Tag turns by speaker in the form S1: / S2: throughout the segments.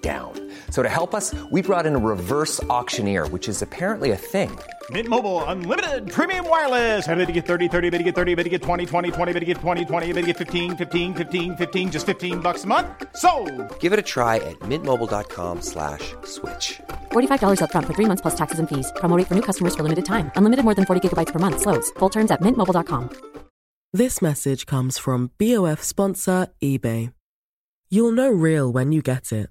S1: down. So to help us, we brought in a reverse auctioneer, which is apparently a thing.
S2: Mint Mobile unlimited premium wireless. Ready to get 30, 30, bet you get 30, bet you get 20, 20, 20, bet you get 20, 20, bet you get 15, 15, 15, 15 just 15 bucks a month. So,
S1: Give it a try at mintmobile.com slash switch.
S3: $45 up front for three months plus taxes and fees. Promo rate for new customers for limited time. Unlimited more than 40 gigabytes per month. Slows. Full terms at mintmobile.com.
S4: This message comes from BOF sponsor eBay. You'll know real when you get it.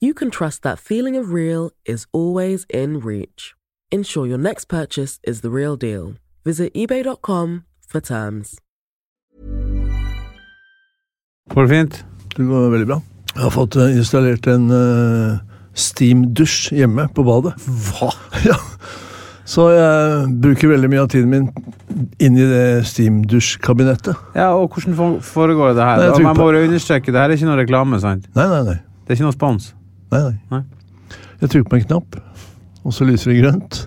S4: you can trust that feeling of real is always in reach. Ensure your next purchase is the real deal. Visit eBay.com for terms.
S5: Går det fint?
S6: Det går veldig bra. Jeg har fått eh, installert en eh, steam-dusj hjemme på badet. Hva? Ja. Så jeg bruker veldig mye av tiden min inn i det steam-dusjkabinettet.
S5: Ja, og hvordan for- foregår det her?
S6: Nei, jeg
S5: Da-
S6: trykker
S5: Man
S6: på-
S5: må bare understreke, det her er ikke noe reklame, sant?
S6: Nei, nei, nei.
S5: Det er ikke noe spons.
S6: nei, nei.
S5: Nei.
S6: Jeg trykker på en knapp, og så lyser det grønt.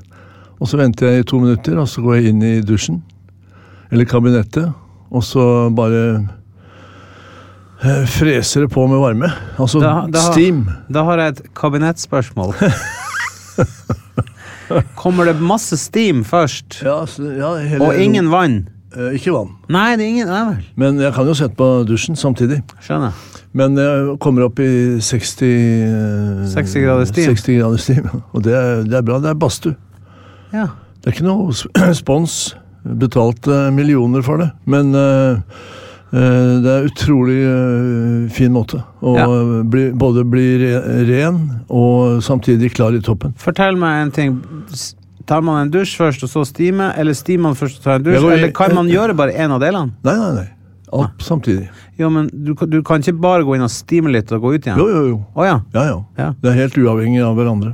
S6: Og så venter jeg i to minutter, og så går jeg inn i dusjen. Eller kabinettet. Og så bare eh, freser det på med varme. Altså
S5: Da- da-
S6: steam.
S5: Da har jeg et kabinettspørsmål. Kommer det masse steam først,
S6: Ja, så, ja, hele,
S5: og ingen vann?
S6: eh, Ikke vann.
S5: Nei, det er ingen Nei vel.
S6: Men jeg kan jo sette på dusjen samtidig.
S5: Skjønner.
S6: Men jeg kommer opp i 60 eh,
S5: 60 grader steam.
S6: 60 grader steam. Og det er, det er bra. Det er badstue.
S5: Ja.
S6: Det er ikke noe sp- spons. Betalte millioner for det. Men eh, eh, det er utrolig eh, fin måte å
S5: Ja.
S6: bli, både bli re- ren og samtidig klar i toppen.
S5: Fortell meg en ting. S- Tar man en dusj først, og så stime? Eller stimer man først og tar en dusj?
S6: Jeg går i-
S5: Eller kan man gjøre bare én av delene?
S6: Nei, nei, nei. Alt samtidig.
S5: Jo, men du, kan- du kan ikke bare gå inn og stime litt og gå ut igjen?
S6: Jo, jo, jo.
S5: Å ja.
S6: Ja, ja.
S5: Ja.
S6: Det er helt uavhengig av hverandre.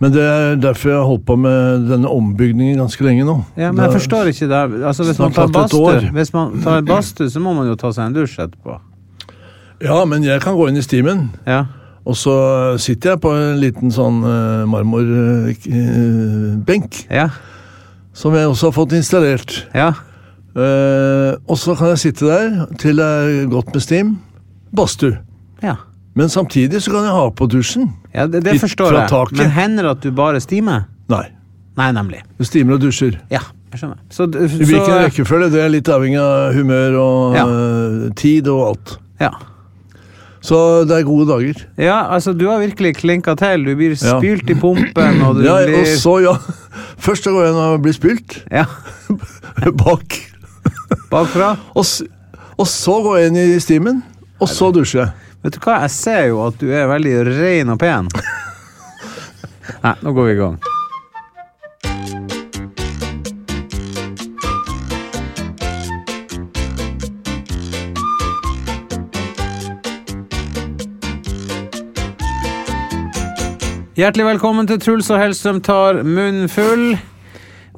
S6: Men det er derfor jeg har holdt på med denne ombygningen ganske lenge nå.
S5: Ja, men jeg
S6: Det er-
S5: forstår ikke det. Altså, hvis, man
S6: Snart
S5: tar
S6: tatt et
S5: badstue,
S6: år.
S5: hvis man tar en badstue, så må man jo ta seg en dusj etterpå.
S6: Ja, men jeg kan gå inn i stimen.
S5: Ja.
S6: Og så sitter jeg på en liten sånn marmorbenk, eh,
S5: Ja.
S6: som jeg også har fått installert.
S5: ja.
S6: Eh, og så kan jeg sitte der til det er godt med stim. Badstue.
S5: ja.
S6: Men samtidig så kan jeg ha på dusjen.
S5: ja det,
S6: Litt
S5: det forstår
S6: fra
S5: jeg.
S6: taket.
S5: Men hender det at du bare stimer?
S6: Nei,
S5: Nei, nemlig.
S6: jeg stimer og dusjer.
S5: Ja, jeg skjønner. Så, d-
S6: I
S5: så eh,
S6: hvilken rekkefølge? Det er litt avhengig av humør og
S5: Ja.
S6: eh, tid og alt.
S5: ja.
S6: Så det er gode dager.
S5: ja, altså, du har virkelig klinka til. Du blir
S6: Ja.
S5: spylt i pumpen, og du
S6: Ja,
S5: blir
S6: og så, ja. Først så går jeg inn og blir spylt
S5: Ja,
S6: bak.
S5: bakfra.
S6: Og, s- og så går jeg inn i stimen, og så dusjer jeg.
S5: Vet du hva, jeg ser jo at du er veldig ren og pen. Nei, nå går vi i gang. Hjertelig velkommen til Truls og Hellstrøm tar munnen full.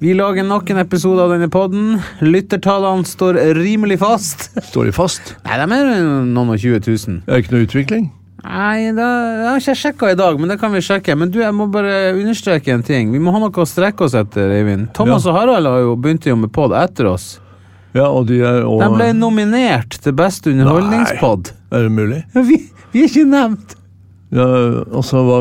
S5: Vi lager nok en episode av denne podden. Lyttertallene står rimelig fast.
S6: Står de fast?
S5: Nei, de er jo noen og 20 000.
S6: Det er ikke noe utvikling.
S5: Nei, da, jeg har ikke sjekka i dag, men det kan vi sjekke. Men du, jeg må bare understreke en ting. Vi må ha noe å strekke oss etter, Eivind. Thomas og Harald har jo begynt jo med pod etter oss.
S6: Ja, og de er og,
S5: De ble nominert til beste underholdningspod.
S6: Er det mulig?
S5: Ja, vi, vi er ikke nevnt!
S6: Ja, altså, hva,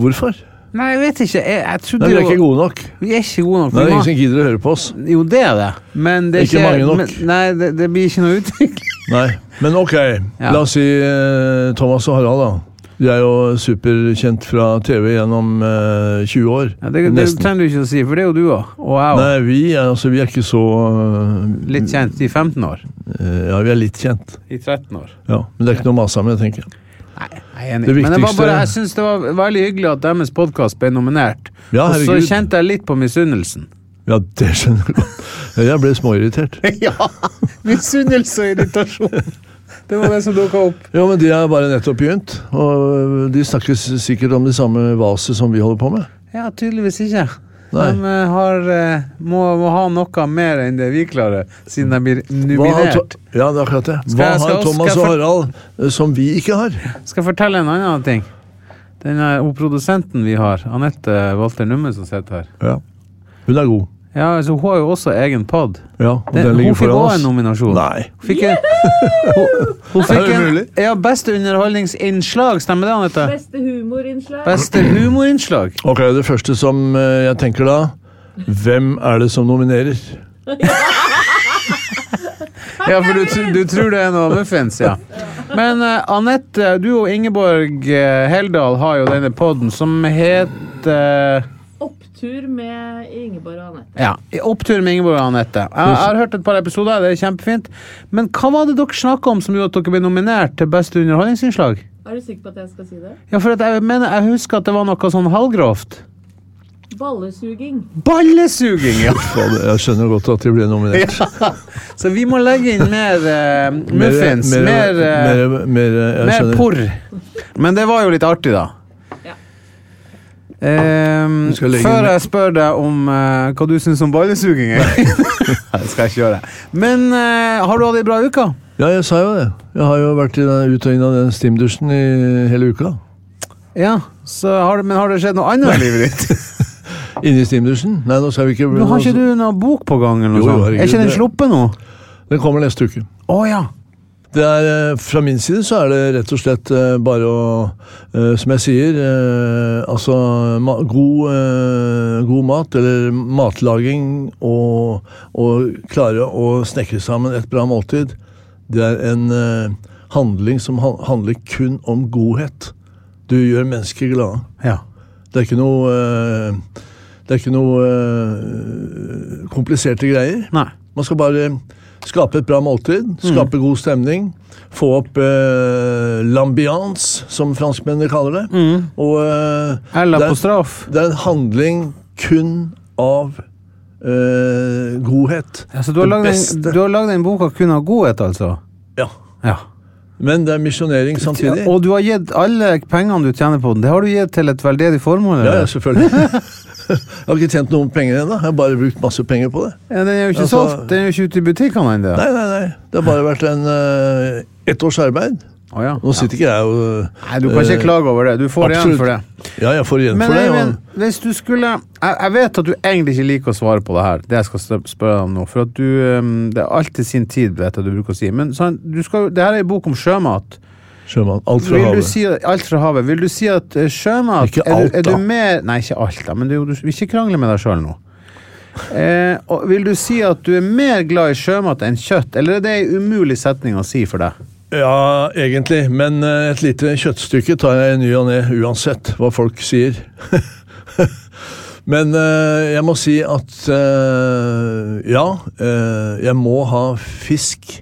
S6: hvorfor?
S5: Nei, jeg vet ikke. Jeg, jeg trodde
S6: Nei, vi er
S5: jo-
S6: ikke gode nok.
S5: Vi er ikke gode nok.
S6: Nei, det
S5: Vi
S6: er
S5: må-
S6: ingen som gidder å høre på oss.
S5: Jo, det er det, men det er
S6: Ikke
S5: ikke,
S6: mange nok.
S5: Men, nei, det, det blir ikke noe utvikling.
S6: Nei, Men ok,
S5: Ja.
S6: la oss si eh, Thomas og Harald, da. De er jo superkjent fra TV gjennom eh, 20 år.
S5: Ja, det, det
S6: nesten.
S5: trenger du ikke å si, for det er jo du òg. Og jeg òg.
S6: Nei, vi er, altså, vi er ikke så eh,
S5: Litt kjent i 15 år.
S6: eh, Ja, vi er litt kjent.
S5: I 13 år.
S6: Ja, Men det er ikke noe å mase med, tenker jeg.
S5: Nei, jeg er enig.
S6: Det
S5: Men det var
S6: viktigste-
S5: bare, jeg syns det var veldig hyggelig at deres podkast ble nominert.
S6: Ja,
S5: og så
S6: herregud.
S5: kjente jeg litt på misunnelsen.
S6: Ja, det skjønner jeg godt. Jeg ble småirritert.
S5: ja! Misunnelse og irritasjon. Det var det som dukka opp.
S6: Jo, men de er bare nettopp begynt, og de snakker s- sikkert om det samme vaset som vi holder på med.
S5: Ja, tydeligvis ikke.
S6: Nei.
S5: De eh, har, eh, må, må ha noe mer enn det vi klarer, siden de blir
S6: Hva har
S5: nominert.
S6: To- ja, det er akkurat det.
S5: Skal
S6: Hva
S5: jeg- skal-
S6: har Thomas
S5: skal jeg
S6: og
S5: for-
S6: Harald eh, som vi ikke har?
S5: Skal jeg fortelle en annen ting. Den er hun produsenten vi har, Anette Walter Numme, som sitter her.
S6: Ja. Hun er god.
S5: Ja, altså, Hun har jo også egen pod.
S6: Ja, og
S5: Den-
S6: den ligger
S5: hun fikk
S6: foran
S5: også
S6: oss.
S5: en nominasjon.
S6: Nei.
S5: Hun Fikk en, hun, hun
S6: Er
S5: fikk
S6: det
S5: en
S6: mulig?
S5: ja, Beste underholdningsinnslag, stemmer det, Anette?
S7: Beste humorinnslag.
S5: Beste humorinnslag.
S6: Ok, det første som eh, jeg tenker da Hvem er det som nominerer?
S5: Ja, for du, tr- du tror det er noe muffins, ja. Men eh, Anette, du og Ingeborg eh, Heldal har jo denne poden som heter
S7: Opptur med Ingeborg og Anette.
S5: Ja. i Opptur med Ingeborg og Anette. Jeg, jeg har hørt et par episoder, det er kjempefint. Men hva var det dere snakka om som gjorde at dere ble nominert til beste underholdningsinnslag?
S7: Er du sikker på at jeg skal si det?
S5: Ja, for at jeg mener, jeg husker at det var noe sånn halvgrovt.
S7: Ballesuging.
S5: Ballesuging, ja!
S6: Ja, det- Jeg skjønner godt at de ble nominert.
S5: Så vi må legge inn mer eh,
S6: Mer-
S5: muffins.
S6: mer-
S5: Mer, eh,
S6: mer- mer, eh, jeg
S5: mer
S6: skjønner.
S5: porr. Men det var jo litt artig, da.
S7: Ja.
S5: Ehm,
S6: Vi skal legge
S5: før
S6: inn-
S5: jeg spør deg om eh, hva du syns om ballesuging er Nei, det skal jeg ikke gjøre. Men eh, har du hatt ei bra uke?
S6: Ja, jeg sa jo det. Jeg har jo vært i den, ut og inn av den stimdusjen i hele uka.
S5: Ja, så har, det- men har det skjedd noe annet i livet ditt?
S6: Inne i stimdusjen? Nei, nå skal vi ikke
S5: Nå har ikke du noe bok på gang? eller
S6: Jo,
S5: noe
S6: jo,
S5: sånt?
S6: herregud,
S5: Er ikke den
S6: det-
S5: sluppet nå?
S6: Den kommer neste uke.
S5: Å ja.
S6: Det er, eh, fra min side så er det rett og slett eh, bare å, eh, som jeg sier, eh, altså ma god, eh, god mat, eller matlaging, og, og klare å snekre sammen et bra måltid. Det er en eh, handling som han- handler kun om godhet. Du gjør mennesker glade.
S5: ja.
S6: Det er ikke noe eh, Det er ikke noe eh, kompliserte greier.
S5: Nei.
S6: Man skal bare skape et bra måltid,
S5: Mm.
S6: skape god stemning. Få opp eh, l'ambiance, som franskmennene kaller det.
S5: Mm.
S6: Og eh, det,
S5: Eller på
S6: er,
S5: straff.
S6: det er en handling kun av eh, godhet.
S5: Ja, så du har
S6: Det
S5: lagd den-
S6: beste.
S5: du har lagd den boka kun av godhet, altså?
S6: Ja.
S5: Ja.
S6: Men det er misjonering samtidig.
S5: Og du har gitt alle pengene du tjener på den, det har du gitt til et veldedig formål?
S6: Ja,
S5: eller?
S6: ja, selvfølgelig. jeg har ikke tjent noen penger ennå. Jeg har bare brukt masse penger på det.
S5: Ja, den er jo ikke
S6: Altså-
S5: solgt, den er jo ikke ute i butikkene ennå.
S6: Nei, nei, nei. Det har bare vært en, eh, ett års arbeid.
S5: Å, ja.
S6: Nå sitter ikke jeg og
S5: Nei, du kan ikke
S6: eh,
S5: klage over det. Du får igjen
S6: absolutt.
S5: for det.
S6: Ja, jeg får igjen
S5: Men
S6: for det.
S5: Eivind,
S6: Og,
S5: hvis du skulle jeg, jeg vet at du egentlig ikke liker å svare på det her, det jeg skal stø- spørre deg om nå. For at du ehm, Det er alltid sin tid, vet jeg du bruker å si. Men sånn, du skal, det her er en bok om sjømat.
S6: sjømann. Alt fra
S5: Vil du
S6: havet.
S5: si, alt fra havet. Vil du si at eh, sjømat
S6: Ikke
S5: er,
S6: alt,
S5: du, er du
S6: da.
S5: mer Nei, ikke alt, da, men du, du vil ikke krangle med deg sjøl nå. Eh, og vil du si at du er mer glad i sjømat enn kjøtt, eller er det en umulig setning å si for deg?
S6: Ja, egentlig. Men eh, et lite kjøttstykke tar jeg i ny og ne, uansett hva folk sier. Men eh, jeg må si at eh, ja, eh, jeg må ha fisk,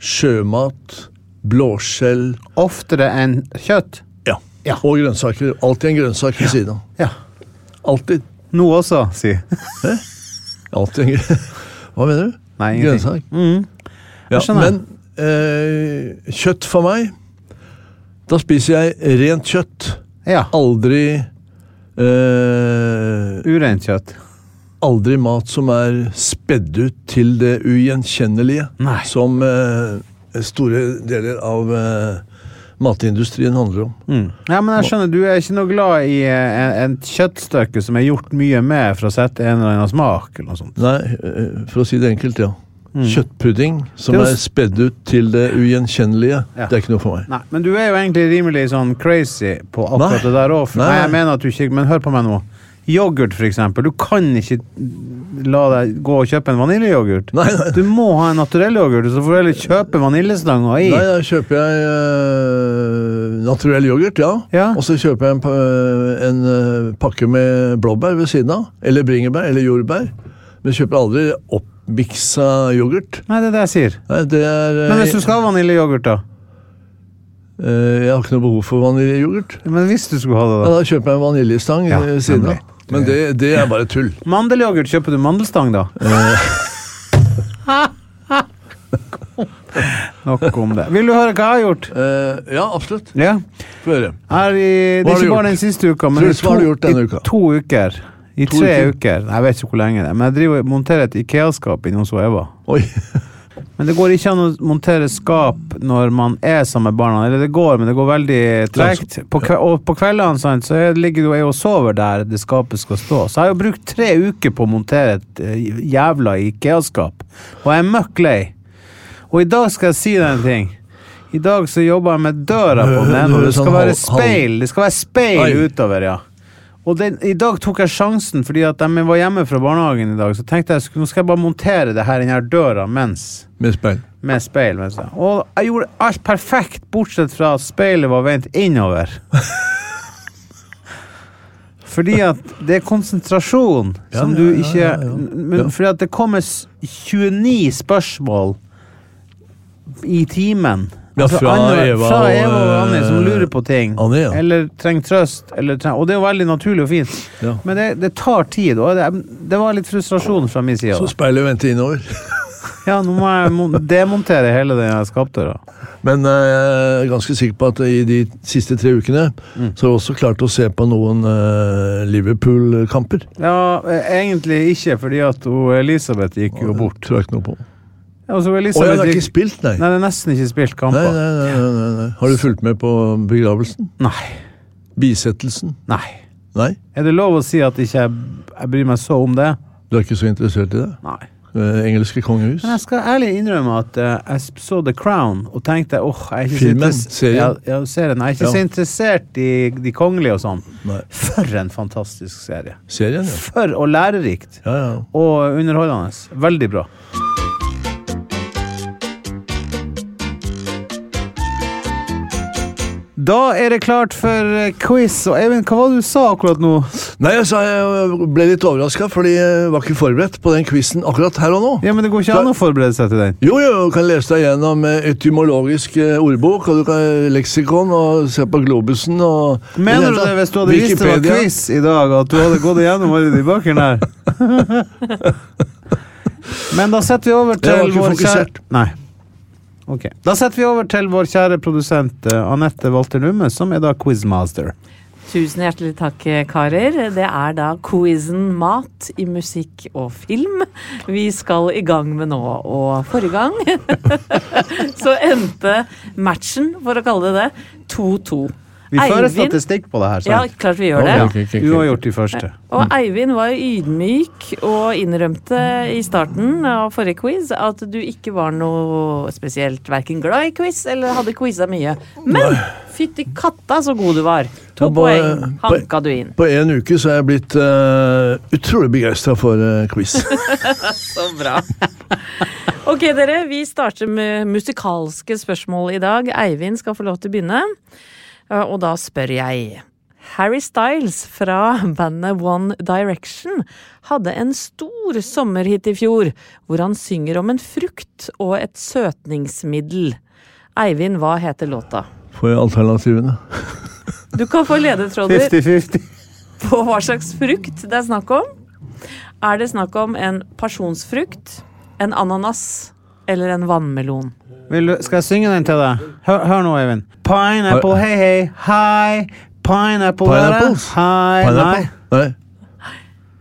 S6: sjømat, blåskjell
S5: Oftere enn kjøtt?
S6: ja.
S5: Ja.
S6: og grønnsaker. Alltid en grønnsak ved siden av.
S5: Ja.
S6: Alltid.
S5: Nå også, si.
S6: Alltid en grø- Hva mener du?
S5: Nei, ingenting. Mm.
S6: Grønnsak? Ja,
S5: skjønner.
S6: men eh, kjøtt for meg Da spiser jeg rent kjøtt.
S5: Ja.
S6: Aldri eh,
S5: Urent kjøtt.
S6: Aldri mat som er spedd ut til det ugjenkjennelige.
S5: Nei.
S6: Som eh, store deler av eh, matindustrien handler
S5: Mm.
S6: om.
S5: Ja, men jeg skjønner, du er ikke noe glad i eh, en, en kjøttstykke som er gjort mye med for å sette en eller annen smak, eller noe sånt.
S6: Nei, eh, for å si det enkelt, ja. Kjøttpudding som
S5: Mm. Det er jo
S6: er
S5: s-
S6: spedd ut til det ugjenkjennelige.
S5: Ja.
S6: Det er ikke noe for meg.
S5: Nei, men du er jo egentlig rimelig sånn crazy på akkurat
S6: Nei.
S5: det der òg. Nei.
S6: Nei.
S5: jeg mener at du ikke Men hør på meg nå. Yoghurt, for eksempel. Du kan ikke la deg gå og kjøpe en vaniljeyoghurt.
S6: Nei, nei.
S5: Du må ha en naturell yoghurt, så får du heller kjøpe vaniljestanga i.
S6: Nei, da kjøper jeg eh, naturell yoghurt, ja.
S5: Ja.
S6: Og så kjøper jeg en, pa- en eh, pakke med blåbær ved siden av. Eller bringebær, eller jordbær. Men jeg kjøper aldri oppmiksa yoghurt.
S5: Nei, det er det jeg sier.
S6: Nei, det er eh,
S5: Men hvis du skal ha vaniljeyoghurt, da?
S6: eh, Jeg har ikke noe behov for vaniljeyoghurt.
S5: Men hvis du skulle ha det,
S6: Ja,
S5: da?
S6: da kjøper jeg en vaniljestang
S5: Ja,
S6: eh, ved siden
S5: nemlig.
S6: av. Men det, det er bare tull.
S5: Mandelyoghurt, kjøper du mandelstang, da?
S6: Eh.
S5: Nok om det. Vil du høre hva jeg har gjort?
S6: Eh, ja, absolutt.
S5: Ja.
S6: Få høre.
S5: Her i, det er ikke
S6: Hva har du
S5: bare
S6: gjort?
S5: den siste uka, men i
S6: Truls, hva har du gjort denne
S5: i
S6: uka?
S5: to uker. I
S6: To
S5: tre
S6: uker?
S5: uker. Nei, Jeg vet ikke hvor lenge det er, men jeg driver og monterer et Ikea-skap inne hos Eva.
S6: Oi.
S5: Men det går ikke an å montere skap når man er sammen med barna. Eller det går, men det går veldig tregt. På kve og på kveldene sant, så jeg ligger du og sover der det skapet skal stå. Så jeg har jo brukt tre uker på å montere et eh, jævla Ikea-skap, og jeg er møkk lei. Og i dag skal jeg si deg en ting. I dag så jobber jeg med døra på
S6: Nå-
S5: den.
S6: nå er
S5: og
S6: det
S5: Det skal
S6: sånn halv-
S5: være speil Det skal være speil
S6: Oi.
S5: utover, ja. Og den, I dag tok jeg sjansen, fordi at de var hjemme fra barnehagen i dag. Så tenkte jeg sk- nå skal jeg bare montere det her, den her døra mens
S6: Med speil.
S5: med speil. Mens jeg. Og jeg gjorde alt perfekt, bortsett fra at speilet var vendt innover. Fordi at det er konsentrasjon
S6: Ja,
S5: som
S6: ja,
S5: du
S6: ja,
S5: ikke
S6: ja, ja.
S5: Men
S6: Ja.
S5: fordi at det kommer s- 29 spørsmål i timen.
S6: Ja,
S5: Altså,
S6: fra
S5: andre-
S6: Eva
S5: fra
S6: og,
S5: Eva og Anni som
S6: eh,
S5: lurer på ting.
S6: Anni, ja.
S5: Eller trenger trøst. Eller treng, og det er jo veldig naturlig og fint,
S6: Ja.
S5: men det, det tar tid. Og det, det var litt frustrasjon fra min side. da.
S6: Så speilet vendte innover.
S5: Ja, nå må jeg mon- demontere hele den skapdøra.
S6: Men eh, jeg er ganske sikker på at i de siste tre ukene
S5: Mm.
S6: så har jeg også klart å se på noen eh, Liverpool-kamper.
S5: Ja, eh, egentlig ikke, fordi at hun Elisabeth gikk jo bort.
S6: Tror jeg ikke noe på.
S5: Altså, hun
S6: Å ja,
S5: Elisabeth
S6: det er ikke
S5: gikk...
S6: spilt, nei. Nei,
S5: Nei, det er nesten ikke spilt
S6: nei,
S5: kamper.
S6: nei, nei, nei, nei. Har du fulgt med på begravelsen?
S5: Nei.
S6: Bisettelsen?
S5: Nei.
S6: Nei?
S5: Er det lov å si at ikke jeg, jeg bryr meg så om det?
S6: Du er ikke så interessert i det?
S5: Nei.
S6: Eh, engelske kongehus?
S5: Men jeg skal ærlig innrømme at eh, jeg s- så The Crown og tenkte åh, jeg er ikke
S6: Filmen?
S5: så interess-
S6: Serien?
S5: Ja, ja, serien. Jeg er ikke
S6: Ja.
S5: så interessert i de kongelige og sånn.
S6: Nei.
S5: For en fantastisk serie.
S6: Serien, ja.
S5: For og lærerikt.
S6: Ja, ja.
S5: Og underholdende. Veldig bra. Da er det klart for eh, quiz. Og Eivind, hva var det du sa akkurat nå?
S6: Nei, jeg, sa, jeg ble litt overraska, fordi jeg var ikke forberedt på den quizen akkurat her og nå.
S5: Ja, men Det går ikke an å forberede seg til den.
S6: Jo, jo, du kan lese deg gjennom eh, etymologisk eh, ordbok, og du kan eh, leksikon, og se på globusen, og
S5: Mener du det hvis du hadde visst det var
S6: Wikipedia?
S5: quiz i dag, at du hadde gått igjennom alle de bøkene her? men da setter vi over
S6: Jeg var
S5: til vår
S6: ikke
S5: kjære
S6: fokusert.
S5: Nei. Ok. Da setter vi over til vår kjære produsent eh, Anette Walter Numme, som er da quizmaster.
S8: Tusen hjertelig takk, karer. Det er da quizen Mat i musikk og film vi skal i gang med nå. Og forrige gang så endte matchen, for å kalle det det, 2-2.
S5: Vi fører
S8: Eivind-
S5: statistikk på det her.
S8: Ja,
S5: sant?
S8: klart vi gjør det.
S6: ok, ok, ok.
S5: Uavgjort i første.
S8: Og Eivind var ydmyk og innrømte i starten av forrige quiz at du ikke var noe spesielt verken glad i quiz eller hadde quiza mye. Men fytti katta så god du var! To
S6: Ja, bare-
S8: poeng hanka du inn.
S6: På en uke så er jeg blitt eh, utrolig begeistra for eh, quiz.
S8: Så bra. Ok, dere. Vi starter med musikalske spørsmål i dag. Eivind skal få lov til å begynne. Eh, Og da spør jeg Harry Styles fra bandet One Direction hadde en stor sommerhit i fjor, hvor han synger om en frukt og et søtningsmiddel. Eivind, hva heter låta?
S6: For alternativene.
S8: Du kan få ledetråder
S5: 50-50.
S8: på hva slags frukt det er snakk om. Er det snakk om en pasjonsfrukt, en ananas eller en vannmelon?
S5: Vil du, skal jeg synge den til deg? Hør, hør nå, Eivind. Pineapple, hei, hei, hei. Pineapple, der,
S6: Pineapples?
S5: hei,
S6: Pineapple?
S5: nei.
S6: Nei.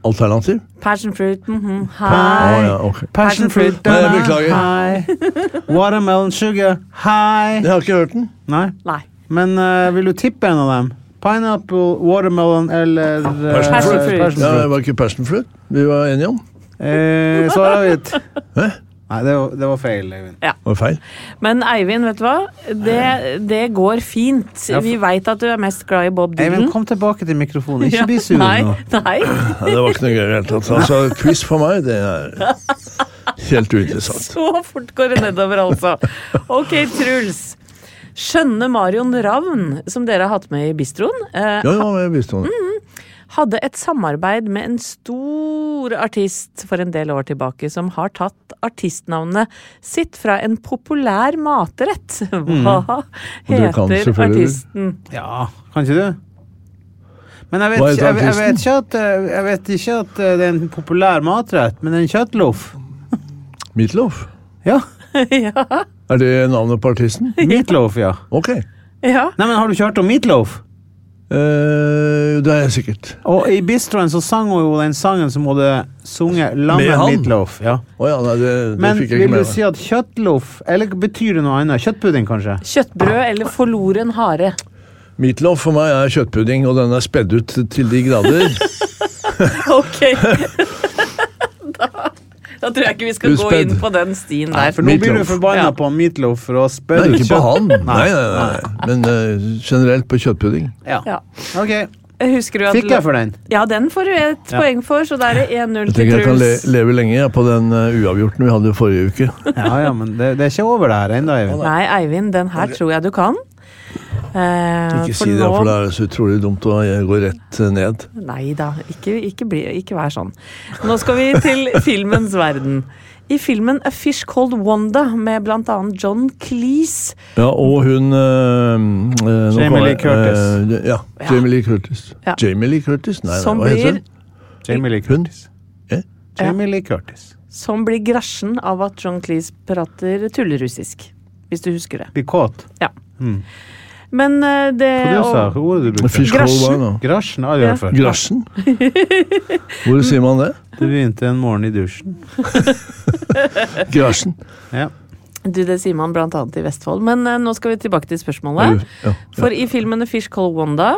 S6: Alternativ?
S8: Passion fruit, mhm,
S6: Å
S5: Ah,
S8: hei.
S6: ja, ok.
S5: Passion fruit,
S6: Nei,
S5: der,
S6: beklager.
S5: hei. Watermelon sugar, hei.
S6: Jeg har ikke hørt den.
S5: Nei,
S8: Nei.
S5: men eh, vil du tippe en av dem? Pineapple, watermelon eller eh,
S6: Passion
S8: fruit.
S5: passion
S6: Ja, det
S5: fruit.
S6: var ikke passion fruit vi var enige om.
S5: Eh, Svaret er hvitt.
S6: Hæ?
S5: Nei, det var, det var feil, Eivind.
S6: Var det feil?
S8: Men Eivind, vet du hva? Det, det går fint.
S5: Ja, for-
S8: Vi veit at du er mest glad i Bob
S5: Eivind,
S8: Dylan.
S5: kom tilbake til mikrofonen. Ikke
S8: Ja,
S5: bli sur
S8: nei,
S5: nå.
S8: Nei.
S6: Ja, det var ikke noe gøy i det hele tatt. Altså, quiz for meg, det er helt uinteressant.
S8: Så fort går det nedover, altså. Ok, Truls. Skjønne Marion Ravn, som dere har hatt med i bistroen, eh,
S6: Ja, ja, jeg visste om det.
S8: hadde et samarbeid med en stor artist for en del år tilbake, som har tatt artistnavnet sitt fra en populær matrett. Hva
S6: Mm. du kan
S8: heter
S6: selvfølgelig.
S8: artisten?
S5: Ja, kan ikke du? Men jeg vet,
S6: Hva
S5: ikke-
S6: heter
S5: jeg, jeg,
S6: artisten?
S5: vet ikke at, eh, jeg vet ikke at eh, det er en populær matrett, men en kjøttloff.
S6: Meatloaf?
S5: Ja,
S8: ja,
S6: Er det navnet på artisten?
S5: meatloaf, ja.
S6: Ok.
S8: ja.
S5: Nei, men Har du ikke hørt om meatloaf?
S6: Eh, det er jeg sikkert.
S5: Og I bistroen så sang hun jo den sangen som hun hadde sunget
S6: Med
S5: lammet
S6: han?
S5: meatloaf. Ja.
S6: Å ja, nei, det, det
S5: Men
S6: fikk jeg ikke
S5: vil du
S6: med
S5: si
S6: meg.
S5: at kjøttloff Eller betyr det noe annet? Kjøttpudding, kanskje?
S8: Kjøttbrød eller forloren hare?
S6: Meatloaf for meg er kjøttpudding, og den er spedd ut til de grader.
S8: Ok. da, da tror jeg ikke vi skal gå
S6: Uspedd.
S8: inn på den stien der.
S5: For nå blir du
S6: Meatloaf.
S5: forbanna
S8: Ja.
S5: på meatloaf for å spørre
S6: Nei, ikke på
S5: kjøtt-
S6: han. Nei, nei, nei. Men eh, generelt på kjøttpudding.
S5: Ja.
S8: Ja.
S5: Ok,
S8: Eh, Husker du at
S5: Fikk jeg for den?
S8: Ja, den får du et
S5: Ja.
S8: poeng for, så da er det 1-0
S6: Jeg
S8: til
S6: tenker jeg kan le
S8: Truls.
S6: leve lenge jeg, på den eh, uavgjorten vi hadde forrige uke.
S5: Ja, ja, men det, det er ikke over det her ennå, Eivind.
S8: Nei, Eivind, den her tror jeg du kan. Eh,
S6: Ikke si det,
S8: nå-
S6: for det er så utrolig dumt å eh, gå rett eh, ned.
S8: Nei da, ikke, ikke, bli, ikke vær sånn. Nå skal vi til filmens verden. I filmen A Fish Called Wanda med blant annet John Cleese
S6: Ja, og hun eh, eh, nå
S5: Jamie
S6: kommer-
S5: Lee Curtis.
S6: eh, ja, Jamie Lee Curtis.
S8: Ja.
S6: Jamie Lee Curtis? Nei,
S8: Som
S6: nei, hva heter
S8: blir-
S6: hun?
S5: Jamie Lee
S6: Hun?
S5: Curtis.
S6: Eh?
S5: Jamie Lee Curtis.
S8: som blir grasjen av at John Cleese prater tullerussisk. Hvis du husker det.
S5: Blir kåt.
S8: Ja.
S6: Hmm.
S8: Men eh, det
S5: Produser,
S8: og,
S5: hva ordet du bruker?
S6: Fish Called
S8: Grasjen.
S6: Wanda.
S5: Grasjen har jeg hørt før.
S6: Grasjen? Hvor sier man det?
S5: Det begynte en morgen i dusjen.
S6: Grasjen.
S5: Ja.
S8: du, Det sier man blant annet i Vestfold. Men eh, nå skal vi tilbake til spørsmålet.
S6: Ja.
S8: For i filmen A Fish Called Wanda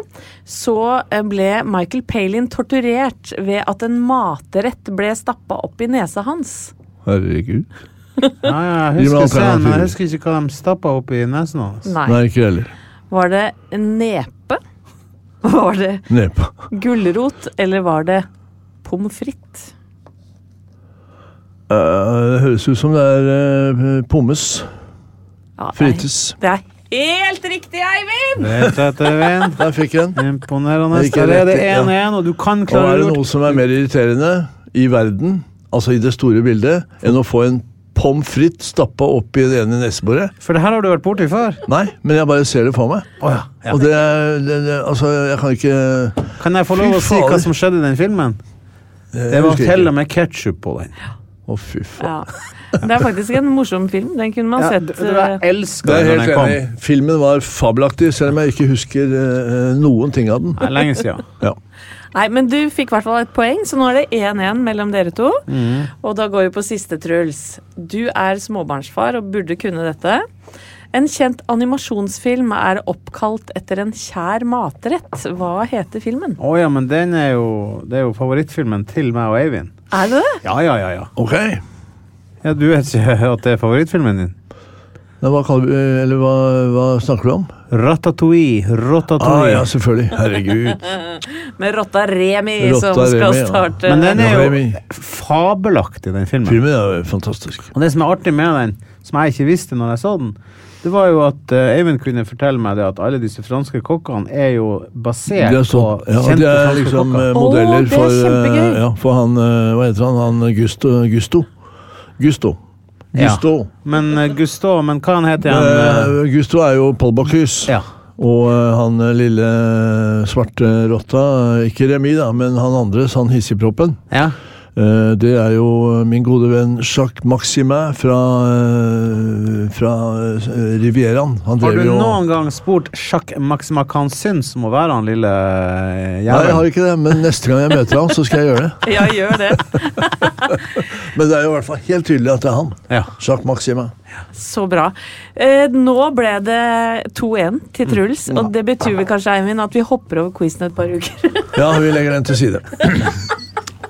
S8: så eh, ble Michael Palin torturert ved at en matrett ble stappa opp i nesa hans.
S6: Herregud.
S5: Ja, ja, jeg husker scenen,
S6: Gi meg
S5: men
S6: alternativer.
S5: jeg husker ikke hva de stappa oppi nesen hans.
S8: Nei.
S6: Nei, ikke jeg heller.
S8: Var det en nepe? Var det
S6: Nepa.
S8: gulrot, eller var det pommes frites?
S6: Eh, det høres ut som det er eh, pommes.
S8: Ja, nei.
S6: Frites.
S8: Det er helt riktig, Eivind!
S5: Rett etter vind.
S6: Der fikk jeg den.
S5: Imponerende.
S6: Det gikk
S5: Der er det
S6: rett i-
S5: 1-1, og du kan
S6: Og
S5: klare
S6: er det
S5: det.
S6: noe som er mer irriterende i verden, altså i det store bildet, enn å få en pommes frites stappa opp i det ene neseboret?
S5: For det her har du vært borti før.
S6: Nei, men jeg bare ser det for meg.
S5: Å ja. Ja.
S6: Og det, er- det, det Altså, jeg kan ikke
S5: Kan jeg få
S6: Fy
S5: lov å si hva
S6: fader.
S5: som skjedde i den filmen? Det var til og med ketsjup på den.
S6: Å, fy faen.
S8: Ja. Det er faktisk en morsom film. Den kunne man
S5: Ja,
S8: sett.
S5: det, det var
S8: eh,
S5: jeg elska
S6: Det er
S5: den
S6: jeg
S5: når
S6: helt
S5: den kom.
S6: enig. i. Filmen var fabelaktig, selv om jeg ikke husker eh, noen ting av den.
S5: Nei, lenge siden.
S6: Ja.
S8: Nei, men du fikk i hvert fall et poeng, så nå er det 1-1 mellom dere to.
S5: Mm.
S8: Og da går vi på siste, Truls. Du er småbarnsfar og burde kunne dette. En kjent animasjonsfilm er oppkalt etter en kjær matrett. Hva heter filmen?
S5: Å ja, men den er jo, det er jo favorittfilmen til meg og Eivind.
S8: Er det det?
S5: Ja, ja, ja. ja.
S6: Ok.
S5: ja du vet ikke at det er favorittfilmen din?
S6: Men hva, kaller vi, eh, eller hva, hva snakker du om?
S5: Ratatouille.
S6: Ah,
S5: Ratatouille.
S6: ja, selvfølgelig. Herregud.
S8: Med rotta Remi
S6: Rotta
S8: som skal
S6: Remi, ja.
S8: starte
S5: men den er
S6: Remy.
S5: jo fabelaktig, den filmen.
S6: Filmen er jo fantastisk.
S5: Og det som er artig med den, som jeg ikke visste når jeg så den, det var jo at eh, Eivind kunne fortelle meg det at alle disse franske kokkene er jo basert
S6: Det er, sånn,
S5: på
S6: ja,
S5: kjente
S6: det er
S5: franske
S6: liksom eh,
S5: kokker.
S6: modeller
S8: det er
S6: for, eh,
S8: kjempegøy.
S6: ja, for han eh, Hva heter han? han Gusto? Gusto. Gusto.
S5: Ja.
S6: Gusto.
S5: Men eh, Gustav, men hva han heter han?
S6: Eh, Gusto er jo Paul Bacchus.
S5: eh, ja.
S6: Og eh, han eh, lille eh, svarte rotta, eh, ikke Remi, da, men han sånn andres, han hissigproppen,
S5: ja.
S6: eh, det er jo eh, min gode venn Jacques Maximin fra, eh, fra eh, Rivieraen. Han
S5: Har
S6: drev
S5: du
S6: jo-
S5: noen gang spurt Jacques Maxima hva han syns om å være han lille eh,
S6: Nei, jeg har
S5: jævelen?
S6: ikke det, men neste gang jeg møter ham, så skal jeg gjøre det.
S8: Ja, gjør det.
S6: Men det er jo i hvert fall helt tydelig at det er han.
S5: Ja.
S6: Jacques Maximin.
S8: Så bra. Eh, nå ble det 2-1 til Truls, og det betyr vel kanskje, Eivind, at vi hopper over quizen et par uker.
S6: Ja, vi legger den til side.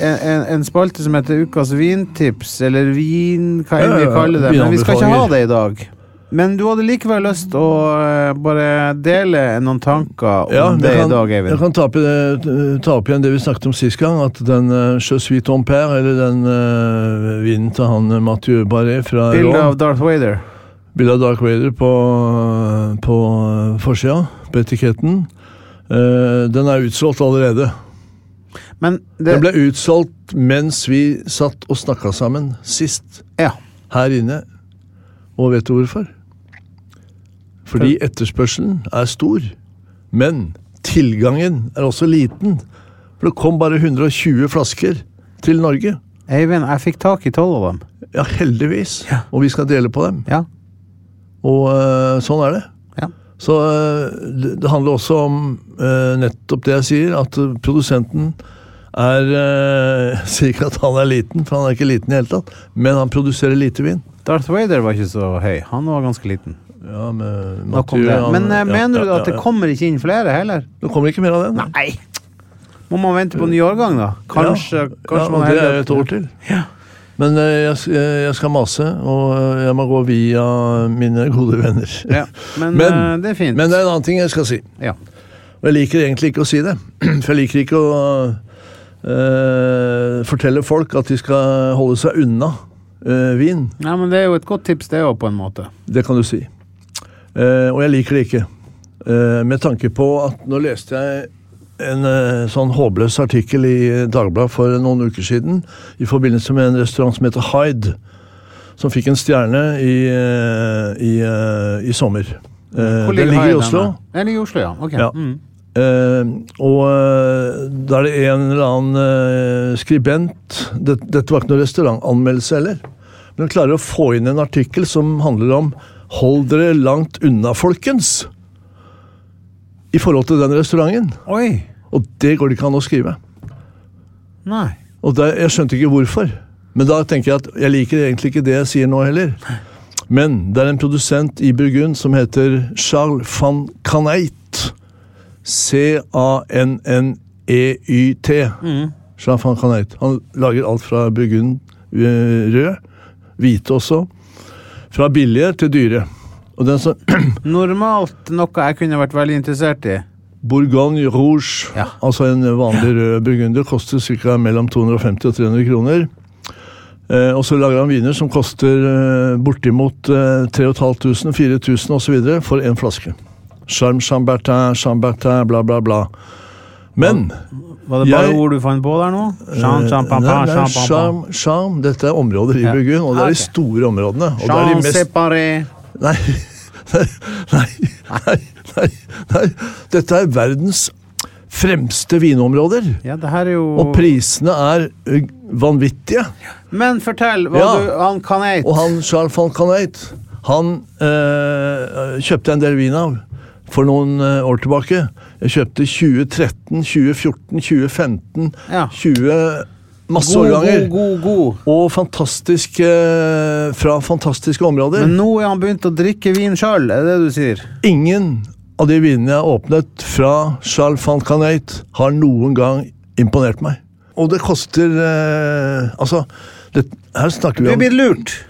S5: en, en spalte som heter Ukas vintips, eller vin... Hva enn
S6: Ja,
S5: vi
S6: ja, ja.
S5: kaller det. Men vi skal ikke ha
S6: Vinanbefalinger.
S5: det i dag. Men du hadde likevel lyst til å eh, bare dele noen tanker om
S6: Ja, jeg
S5: det
S6: kan,
S5: i dag, Eivind.
S6: jeg kan ta, opp, i det- ta opp igjen det vi snakket om sist gang, at den uh, Je suis ton père, eller den eh, vinen til han eh, Mathieu Barret fra
S5: Bilde
S6: Rome,
S5: av Darth Vader.
S6: Bilde av Dark Vader på, på eh, forsida, på etiketten, eh, den er utsolgt allerede.
S5: Men det,
S6: Den ble utsolgt mens vi satt og snakka sammen sist,
S5: Ja.
S6: her inne. Og vet du hvorfor? Fordi etterspørselen er stor, men tilgangen er også liten. For det kom bare 120 flasker til Norge.
S5: Eivind, jeg fikk tak i tolv av dem.
S6: Ja, heldigvis.
S5: Ja.
S6: Og vi skal dele på dem.
S5: Ja.
S6: Og øh, sånn er det.
S5: Ja.
S6: Så øh, det- det handler også om øh, nettopp det jeg sier, at øh, produsenten er øh, Sier ikke at han er liten, for han er ikke liten i det hele tatt, men han produserer lite vin.
S5: Darth Vader var ikke så høy. Han var ganske liten.
S6: Ja, men
S5: Nok om det. Men eh, mener du at det kommer ikke inn flere heller?
S6: Det kommer ikke mer av den?
S5: Nei! Må man vente på ny årgang, da? Kanskje,
S6: Eh, ja.
S5: kanskje
S6: ja,
S5: man
S6: og Det er
S5: heller-
S6: et år til. Men øh, jeg, s- jeg jeg skal mase, og øh, jeg må gå via mine gode venner.
S5: Ja, men, eh, det er fint.
S6: Men det er en annen ting jeg skal si.
S5: Ja.
S6: Og jeg liker egentlig ikke å si det. For jeg liker ikke å eh, fortelle folk at de skal holde seg unna eh, vin.
S5: Nei, men det er jo et godt tips, det òg, på en måte.
S6: Det kan du si. Eh, og jeg liker det ikke. Eh, med tanke på at nå leste jeg en eh, sånn håpløs artikkel i Dagbladet for noen uker siden i forbindelse med en restaurant som heter Hyde, som fikk en stjerne i, eh, i, eh, i sommer. Eh, den ligger i
S5: Haien
S6: Oslo.
S5: henne? Den ligger i Oslo, ja. Ok.
S6: Ja.
S5: Mm.
S6: Eh, og eh, da er det en eller annen eh, skribent dette, dette var ikke noen restaurantanmeldelse heller. Men hun klarer å få inn en artikkel som handler om 'hold dere langt unna, folkens'. I forhold til den restauranten.
S5: Oi!
S6: Og det går det ikke an å skrive.
S5: Nei.
S6: Og det, Jeg skjønte ikke hvorfor. Men da tenker jeg at jeg liker egentlig ikke det jeg sier nå heller. Men det er en produsent i Burgund som heter Charles van Caneit. C-a-n-n-e-y-t. E Charles van Caneit. Han lager alt fra Burgund eh, rød, hvite også. Fra billige til dyre. Og den som
S5: Normalt noe jeg kunne vært veldig interessert i.
S6: Bourgogne Rouge,
S5: Ja.
S6: altså en vanlig rød burgunder, koster ca. mellom 250 og 300 kroner. Eh, og så lager han viner som koster eh, bortimot eh, 3500-4000 osv. for én flaske. Charme Chambertin, Chambertin, bla, bla, bla. Men
S5: Var det bare
S6: Jeg-
S5: ord du fant på der nå? Jean, Jean,
S6: eh,
S5: Pampa,
S6: nei, nei,
S5: Jean, Pampa.
S6: Charme- Charme, Dette er områder i
S5: Ja.
S6: Burgund, og det
S5: Ah,
S6: er
S5: ok.
S6: de store områdene. Og det er
S5: Jean
S6: de mest
S5: Separé.
S6: Nei. Nei. Nei. Nei. Nei. Nei. Dette er verdens fremste vinområder.
S5: Ja, det her er jo
S6: Og prisene er ø, vanvittige.
S5: Men fortell, hva
S6: Ja.
S5: du, han Kaneit
S6: Og han Charles van Caneit Han eh, kjøpte jeg en del vin av for noen eh, år tilbake. Jeg kjøpte 2013, 2014, 2015,
S5: Ja.
S6: 20 Masse
S5: God,
S6: årganger.
S5: god, god, god.
S6: Og fantastisk eh, fra fantastiske områder.
S5: Men nå er han begynt å drikke vin sjøl, er det det du sier?
S6: Ingen av de vinene jeg har åpnet fra Charles van Canate, har noen gang imponert meg. Og det koster eh, Altså, det, her snakker
S5: Du
S6: vi
S5: er
S6: om
S5: blitt lurt.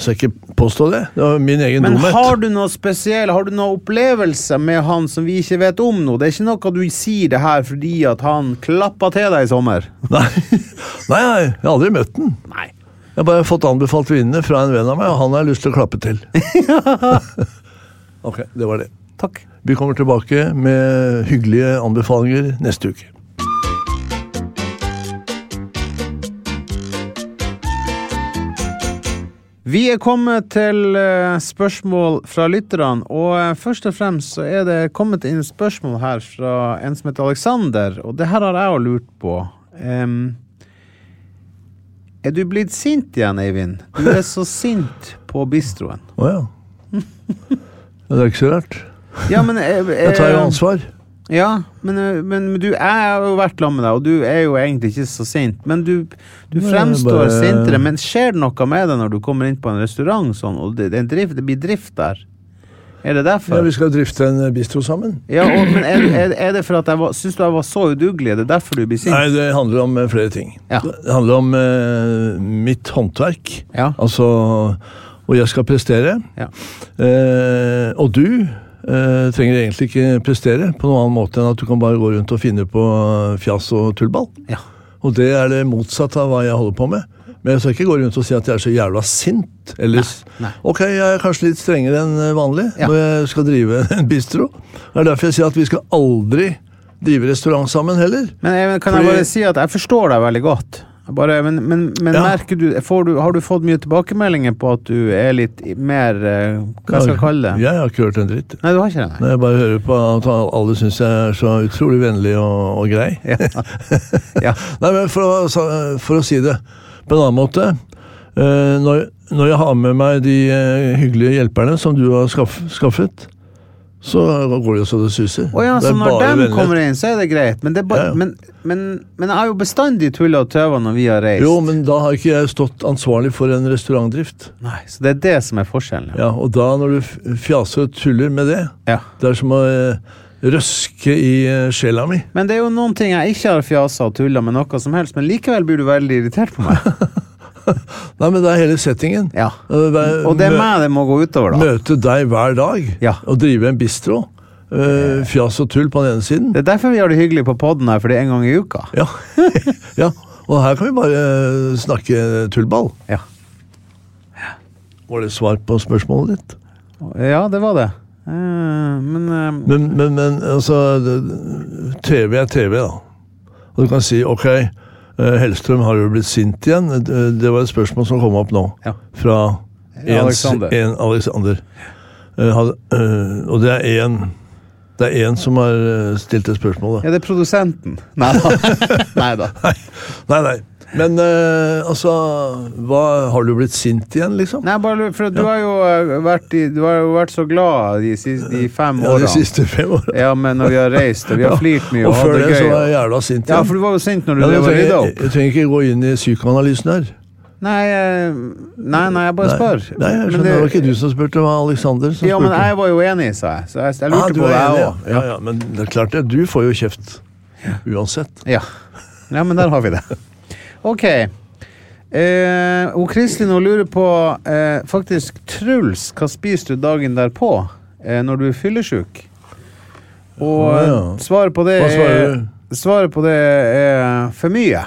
S6: Jeg skal ikke påstå det. Det var min egen
S5: Men
S6: dumhet.
S5: har du noe spesiell, har du noen opplevelse med han som vi ikke vet om nå? Det er ikke noe du sier det her fordi at han klappa til deg i sommer?
S6: Nei, nei, nei, jeg har aldri møtt den. Nei. Jeg har bare fått anbefalt vinene fra en venn av meg, og han har jeg lyst til å klappe til. ok, det var det.
S5: Takk.
S6: Vi kommer tilbake med hyggelige anbefalinger neste uke.
S5: Vi er kommet til eh, spørsmål fra lytterne, og eh, først og fremst så er det kommet inn spørsmål her fra en som heter Alexander, og det her har jeg jo lurt på. Em, er du blitt sint igjen, Eivind? Du er så sint på bistroen.
S6: Å ja. Det er ikke så rart.
S5: Ja, men eh,
S6: Jeg tar jo
S5: eh,
S6: ansvar.
S5: Ja, men, eh, men du, jeg har jo vært sammen med deg, og du er jo egentlig ikke så sint. Men du, du
S6: Nei,
S5: fremstår
S6: bare-
S5: sintere. Men skjer det noe med deg når du kommer inn på en restaurant sånn, og det, det, er drift, det blir drift der? Er det
S6: Ja,
S5: derfor?
S6: vi skal drifte en bistro sammen.
S5: Ja, og, men er, er, er det for at jeg var, syns du jeg var så udugelig? Er det derfor du blir sint?
S6: Nei, det handler om eh, flere ting.
S5: Ja.
S6: Det handler om eh, mitt håndverk.
S5: Ja.
S6: Altså Og jeg skal prestere.
S5: Ja.
S6: Eh, og du eh, trenger egentlig ikke prestere på noen annen måte enn at du kan bare gå rundt og finne på eh, fjas og tullball.
S5: Ja.
S6: Og det er det motsatte av hva jeg holder på med. Men jeg skal ikke gå rundt og si at jeg er så jævla sint. Eller s-
S5: nei.
S6: Ok, jeg er kanskje litt strengere enn eh, vanlig
S5: Ja.
S6: når jeg skal drive en bistro. Det er derfor jeg sier at vi skal aldri drive restaurant sammen heller.
S5: Men jeg, kan
S6: Fordi-
S5: jeg bare si at jeg forstår deg veldig godt. Jeg Bare, men men, men
S6: Ja.
S5: merker du, får du Har du fått mye tilbakemeldinger på at du er litt i- mer eh, Hva skal jeg kalle det?
S6: Jeg har ikke hørt en dritt.
S5: Nei, du har ikke det? nei.
S6: Når jeg bare hører på at alle syns jeg er så utrolig vennlig og, og grei.
S5: Ja.
S6: Nei, men for å, sa- for å si det på en annen måte eh, når, når jeg har med meg de eh, hyggelige hjelperne som du har skaff, skaffet, så går det jo så det suser.
S5: Å ja,
S6: det
S5: så når dem kommer inn, så er det greit. Men, det er bare,
S6: Ja, ja.
S5: men, men, men jeg har jo bestandig tulla og tøva når vi har reist.
S6: Jo, men da har ikke jeg stått ansvarlig for en restaurantdrift.
S5: Nei, så det er det som er forskjellen.
S6: Ja, Og da, når du f- fjaser og tuller med det
S5: Ja.
S6: Det er som å eh, røske i eh, sjela mi.
S5: Men det er jo noen ting jeg ikke har fjasa og tulla med noe som helst, men likevel blir du veldig irritert på meg.
S6: Nei, men det er hele settingen.
S5: Ja.
S6: Eh, vær-
S5: Og det er
S6: mø-
S5: meg det må gå utover, da.
S6: Møte deg hver dag
S5: Ja.
S6: og drive en bistro. Eh, fjas og tull på den ene siden.
S5: Det er derfor vi har det hyggelig på poden her, for det er en gang i uka.
S6: Ja. ja. Og her kan vi bare eh, snakke tullball.
S5: Ja,
S6: Var det svar på spørsmålet ditt?
S5: ja det var det. Eh, Men eh,
S6: Men, men, men altså det- TV er TV, da. Og du kan si ok, eh, Hellstrøm har jo blitt sint igjen. Eh, Det var et spørsmål som kom opp nå.
S5: Ja.
S6: Fra en,
S5: Alexander.
S6: En Alexander. Eh, had- eh, og det er én Det er én som har eh, stilt det spørsmålet.
S5: er det produsenten? Nei da. Nei da.
S6: Nei, nei. Men eh, altså hva, Har du blitt sint igjen, liksom?
S5: Nei, bare lurer, for du har jo eh, vært, i, du har jo vært så glad de, siste, de fem
S6: Ja, de
S5: årene.
S6: siste fem åra.
S5: Ja, men når vi har reist og vi har flirt mye
S6: og
S5: og hatt
S6: før
S5: det
S6: det så
S5: gøy.
S6: var jeg jævla sint
S5: Ja,
S6: igjen.
S5: for du var jo sint når du
S6: Ja,
S5: drev
S6: jeg,
S5: og rydda
S6: trenger,
S5: opp.
S6: jeg trenger ikke gå inn i psykoanalysen her.
S5: Nei, eh, nei, nei, jeg bare spør.
S6: Nei, jeg
S5: Men
S6: skjønner, det, var ikke du som spurte, det var Aleksander som
S5: Ja, men
S6: spurte.
S5: jeg var jo enig, sa jeg. Så jeg, jeg
S6: Ah,
S5: lurte
S6: du
S5: på
S6: er
S5: det,
S6: enig,
S5: jeg
S6: ja.
S5: òg.
S6: ja, ja, men det er klart det. Du får jo kjeft. Uansett.
S5: Ja. ja, men der har vi det. Ok. Eh, og Kristin hun lurer på eh, Faktisk, Truls, hva spiser du dagen derpå eh, når du er fyllesyk? Og
S6: Å, Ah, ja.
S5: svaret på det
S6: Hva svarer
S5: er Svaret på det er for mye.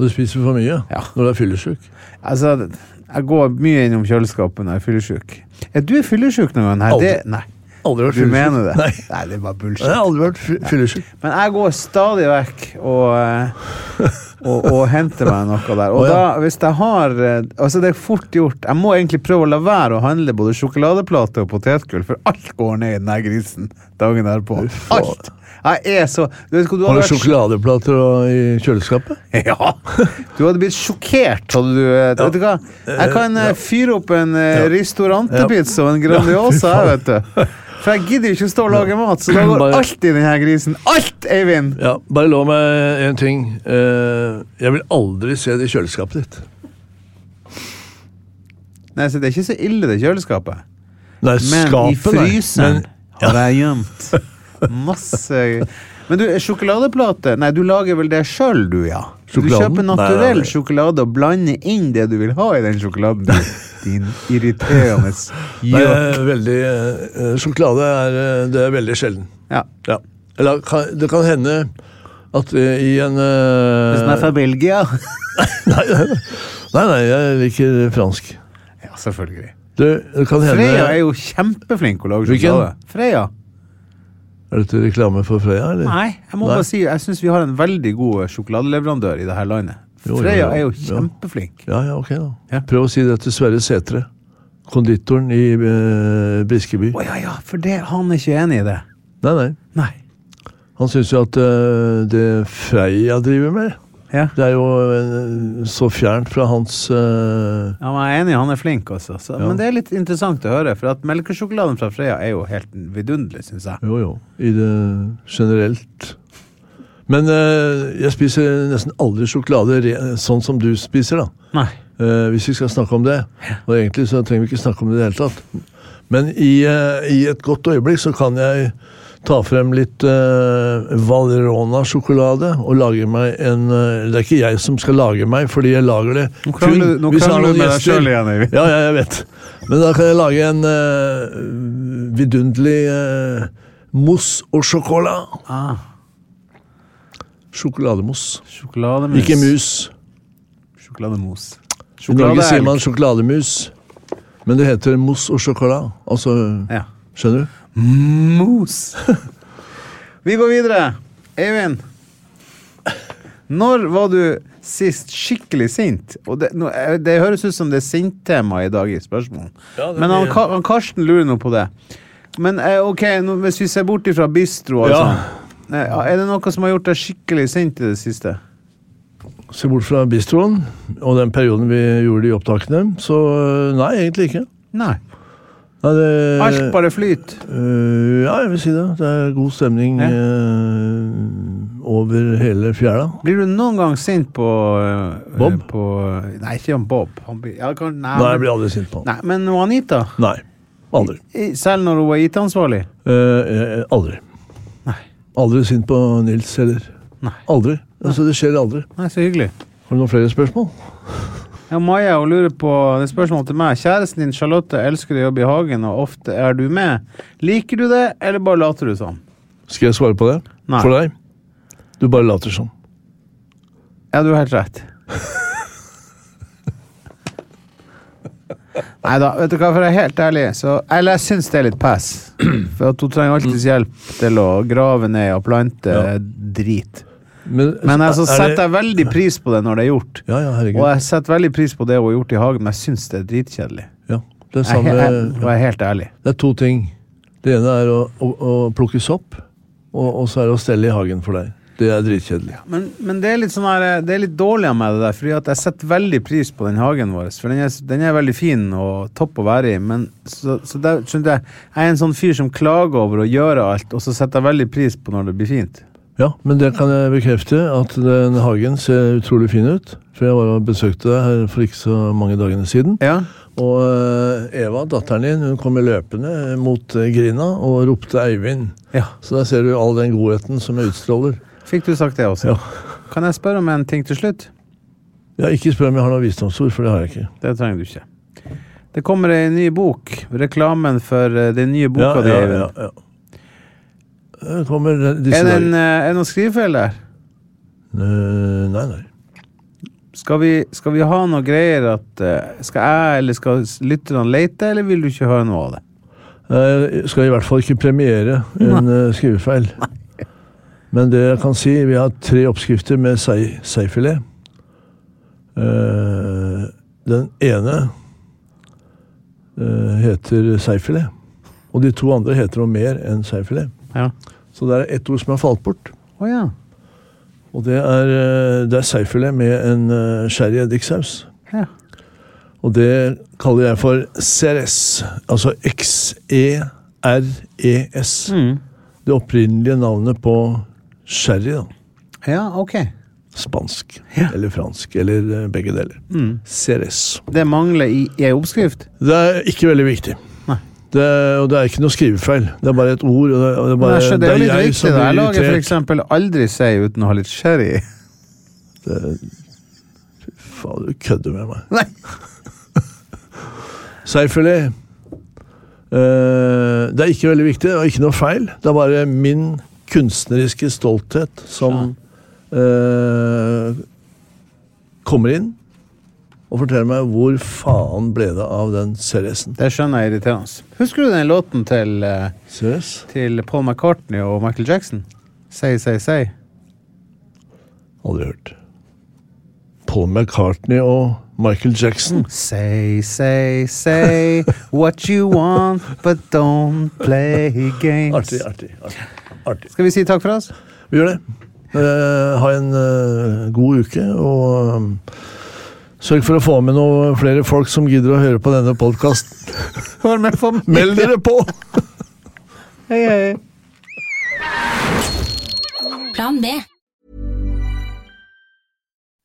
S6: Og du spiser for mye
S5: Ja.
S6: når du er fyllesyk.
S5: Altså, jeg går mye innom kjøleskapet når jeg er fyllesyk. Er du fyllesyk noen gang? Nei,
S6: Aldri.
S5: det, nei.
S6: Aldri vært
S5: Du mener det?
S6: Nei.
S5: det er bare
S6: Jeg
S5: bullshit.
S6: har aldri vært fy- fyllesyk.
S5: Men jeg går stadig vekk og eh, og, og hente meg noe der. Og
S6: Å, ja.
S5: da, hvis jeg har eh, Altså, det er fort gjort. Jeg må egentlig prøve å la være å handle både sjokoladeplate og potetgull, for alt går ned i den her grisen dagen derpå. Alt! Jeg er så Du vet hva du
S6: Har
S5: hadde
S6: du sjokoladeplater og, i kjøleskapet?
S5: Ja! Du hadde blitt sjokkert. Hadde du, eh, vet du hva? Jeg kan eh, fyre opp en eh,
S6: Ja.
S5: ristorantepizza og en Grandiosa, jeg, vet du. For jeg gidder ikke å stå og lage mat, så da går
S6: Bare-
S5: alt i den her grisen. Alt, Eivind!
S6: Ja, Bare lov meg en ting. Eh, jeg vil aldri se det i kjøleskapet ditt.
S5: Nei, så det er ikke så ille, det kjøleskapet.
S6: Nei,
S5: Men i
S6: skapet, nei.
S5: fryseren
S6: Men-
S5: har jeg gjemt masse Men du, sjokoladeplate Nei, du lager vel det sjøl, du, ja? Du
S6: Sjokoladen?
S5: kjøper
S6: Nei, nei,
S5: naturell
S6: nei.
S5: sjokolade og blander inn det du vil ha i den sjokoladen. du, Din irriterende
S6: Nei,
S5: gjøk.
S6: jeg er veldig, eh, sjokolade er, eh, det er veldig sjelden.
S5: Ja.
S6: Ja. Eller kan- det kan hende at eh, i en eh,
S5: Hvis den er fra Belgia
S6: nei, nei, eh, nei, nei, jeg liker fransk.
S5: Ja, selvfølgelig.
S6: Det, det kan hende
S5: Freya er jo kjempeflink til å lage
S6: Hvilken?
S5: sjokolade. Freya?
S6: Er dette reklame for Freya, eller?
S5: Nei, jeg må
S6: Eh. Nei.
S5: bare si jeg syns vi har en veldig god sjokoladeleverandør i det her landet.
S6: Jo, jo,
S5: Freya
S6: jo.
S5: er jo
S6: Ja.
S5: kjempeflink.
S6: Ja, ja, ok da.
S5: Ja.
S6: Prøv å si det til Sverre Setre, konditoren i eh, Briskeby.
S5: Å ja, ja, for det, han er ikke enig i det.
S6: Nei, nei.
S5: Nei.
S6: Han syns jo at eh, det Freya driver med,
S5: Ja.
S6: det er jo eh, så fjernt fra hans eh,
S5: Ja, men jeg er enig, han er flink også. Så, Men det er litt interessant å høre, for at melkesjokoladen fra Freia er jo helt vidunderlig, syns jeg.
S6: Jo, jo. I det generelt. Men eh, jeg spiser nesten aldri sjokolade re sånn som du spiser, da.
S5: Nei.
S6: Eh, hvis vi skal snakke om det. Og egentlig så trenger vi ikke snakke om det i det hele tatt. Men i, eh, i et godt øyeblikk så kan jeg ta frem litt eh, Valerona-sjokolade og lage meg en eh, Det er ikke jeg som skal lage meg, fordi jeg lager det
S5: Nå krangler du- nå
S6: hvis jeg har
S5: krangler du
S6: noen
S5: med deg
S6: gjester.
S5: selv igjen, Eivind.
S6: Ja, ja, jeg vet. Men da kan jeg lage en eh, vidunderlig eh, mousse og sjokola.
S5: Ah,
S6: Sjokolademousse.
S5: sjokolademus.
S6: Ikke mus.
S5: Sjokolademos.
S6: I Norge sier
S5: Sjokoladeelg.
S6: man sjokolademus, men det heter mousse og sjokola. Altså,
S5: Ja.
S6: skjønner du?
S5: Mos. Vi går videre. Eivind. Når var du sist skikkelig sint? Og det, nå, eh, det høres ut som det er sint-tema i dag i spørsmålet.
S6: Ja, det
S5: Men han,
S6: blir-
S5: Ka- han Karsten lurer nå på det. Men eh, ok, nå, hvis vi ser bort ifra bistro og
S6: Ja.
S5: sånn. eh, Er det noe som har gjort deg skikkelig sint i det siste?
S6: Se bort fra bistroen og den perioden vi gjorde de opptakene, så øh, nei, egentlig ikke.
S5: Nei.
S6: Nei, det,
S5: Alt bare flyter.
S6: Øh, ja, jeg vil si det. Det er god stemning
S5: Ja.
S6: øh, over hele fjæra.
S5: Blir du noen gang sint på eh,
S6: Bob?
S5: På, nei, ikke han Bob. Han blir, ja, kan, nei,
S6: Nei, jeg
S5: men-
S6: blir aldri sint på han.
S5: nei, men Anita?
S6: Nei. Aldri.
S5: I- Selv når hun er IT-ansvarlig?
S6: Eh, eh, aldri.
S5: Nei.
S6: Aldri sint på Nils heller.
S5: Nei.
S6: Aldri. Altså, det skjer aldri.
S5: Nei, så hyggelig.
S6: Har du noen flere spørsmål?
S5: Ja, Maja hun lurer på det er spørsmål til meg. Kjæresten din Charlotte elsker å jobbe i hagen, og ofte er du med. Liker du det, eller bare later du som?
S6: Skal jeg svare på det?
S5: Nei.
S6: For deg? Du bare later som.
S5: Ja, du har helt rett. Nei da, vet du hva, for å være helt ærlig, så Eller jeg syns det er litt pass. For at hun trenger alltids hjelp til å grave ned og plante
S6: Mm. Ja.
S5: drit.
S6: Men,
S5: Men altså,
S6: er det-
S5: setter jeg veldig pris på det når det er gjort.
S6: Ja, ja, herregud.
S5: Og jeg setter veldig pris på det hun har gjort i hagen, men jeg syns det er dritkjedelig.
S6: ja, det, er
S5: Jeg,
S6: samme,
S5: er he- jeg, og jeg er helt ærlig.
S6: det er to ting. Det ene er å, å, å plukke sopp, og, og så er det å stelle i hagen for deg. Det er dritkjedelig.
S5: Men, men det, er litt sånn her, eh, det er litt dårlig av meg, det der. Fordi at jeg setter veldig pris på den hagen vår. For den er, s- den er veldig fin og topp å være i. Men så, så der, skjønte jeg, jeg er en sånn fyr som klager over å gjøre alt, og så setter jeg veldig pris på når det blir fint.
S6: Ja, men det kan jeg bekrefte, at den hagen ser utrolig fin ut. For jeg var og besøkte deg her for ikke så mange dagene siden.
S5: Ja.
S6: Og eh, Eva, datteren din, hun kom løpende mot eh, grinda og ropte Eivind.
S5: ja.
S6: Så der ser du all den godheten som jeg utstråler.
S5: Fikk du sagt det også?
S6: Ja.
S5: Kan jeg spørre om en ting til slutt?
S6: Ja, ikke spør om jeg har noe visdomsord, for det har jeg ikke.
S5: Det trenger du ikke. Det kommer ei ny bok. Reklamen for eh, den nye boka di.
S6: ja,
S5: Eivind.
S6: ja, ja. Det kommer disse
S5: Er det en,
S6: dager.
S5: eh, er det noen skrivefeil der?
S6: Eh, Nei, nei.
S5: Skal vi, skal vi ha noe greier at eh, Skal jeg eller skal s- lytterne lete, eller vil du ikke høre noe av det?
S6: Jeg skal i hvert fall ikke premiere en eh, skrivefeil. eh, Men det jeg kan si, vi har tre oppskrifter med sei, seifilet. Eh, den ene eh, heter seifilet, og de to andre heter noe mer enn seifilet.
S5: Ja.
S6: Så det er ett ord som er falt bort,
S5: Å ja.
S6: og det er, eh, det er seifilet med en eh, sherry eddiksaus.
S5: ja.
S6: Og det kaller jeg for CRS, altså E X-E-R-E-S.
S5: Mm.
S6: E Det opprinnelige navnet på sherry, da.
S5: Ja, ok.
S6: Spansk
S5: Ja. Mm.
S6: eller fransk, eller eh, begge deler. Ceres.
S5: Det mangler i ei oppskrift.
S6: Det er ikke veldig viktig.
S5: Nei.
S6: Det, er- og det er ikke noe skrivefeil. Det er bare et ord. Og det, og det er
S5: Men
S6: bare,
S5: jeg skjønner, det er jo
S6: det
S5: litt
S6: er jeg
S5: viktig.
S6: som
S5: da.
S6: blir
S5: Jeg lager for
S6: irritert.
S5: eksempel aldri sei uten å ha litt sherry.
S6: Faen, du kødder med meg.
S5: Nei.
S6: Selvfølgelig. Eh, det er ikke veldig viktig, og ikke noe feil. Det er bare min kunstneriske stolthet som eh, kommer inn og forteller meg hvor faen ble det av den Ceresen.
S5: Det skjønner jeg er irriterende. Husker du den låten til, eh,
S6: Ceres?
S5: til Paul McCartney og Michael Jackson? Say, say, say.
S6: Aldri hørt. Paul McCartney og Michael Jackson.
S5: Say, say, say what you want, but don't play games.
S6: Artig, artig. artig. artig.
S5: Skal vi si takk for oss?
S6: Vi gjør det. Eh, ha en eh, god uke, og um, sørg for å få med noen flere folk som gidder å høre på denne podkasten.
S5: Hør med på
S6: Meld dere på!
S5: Hei, hei.
S3: Plan B.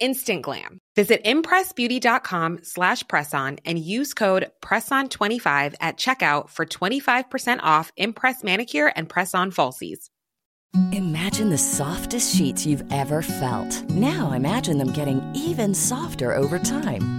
S9: Instant glam. Visit impressbeauty.com slash presson and use code presson25 at checkout for 25% off Impress Manicure and Press On Falsies.
S10: Imagine the softest sheets you've ever felt. Now imagine them getting even softer over time.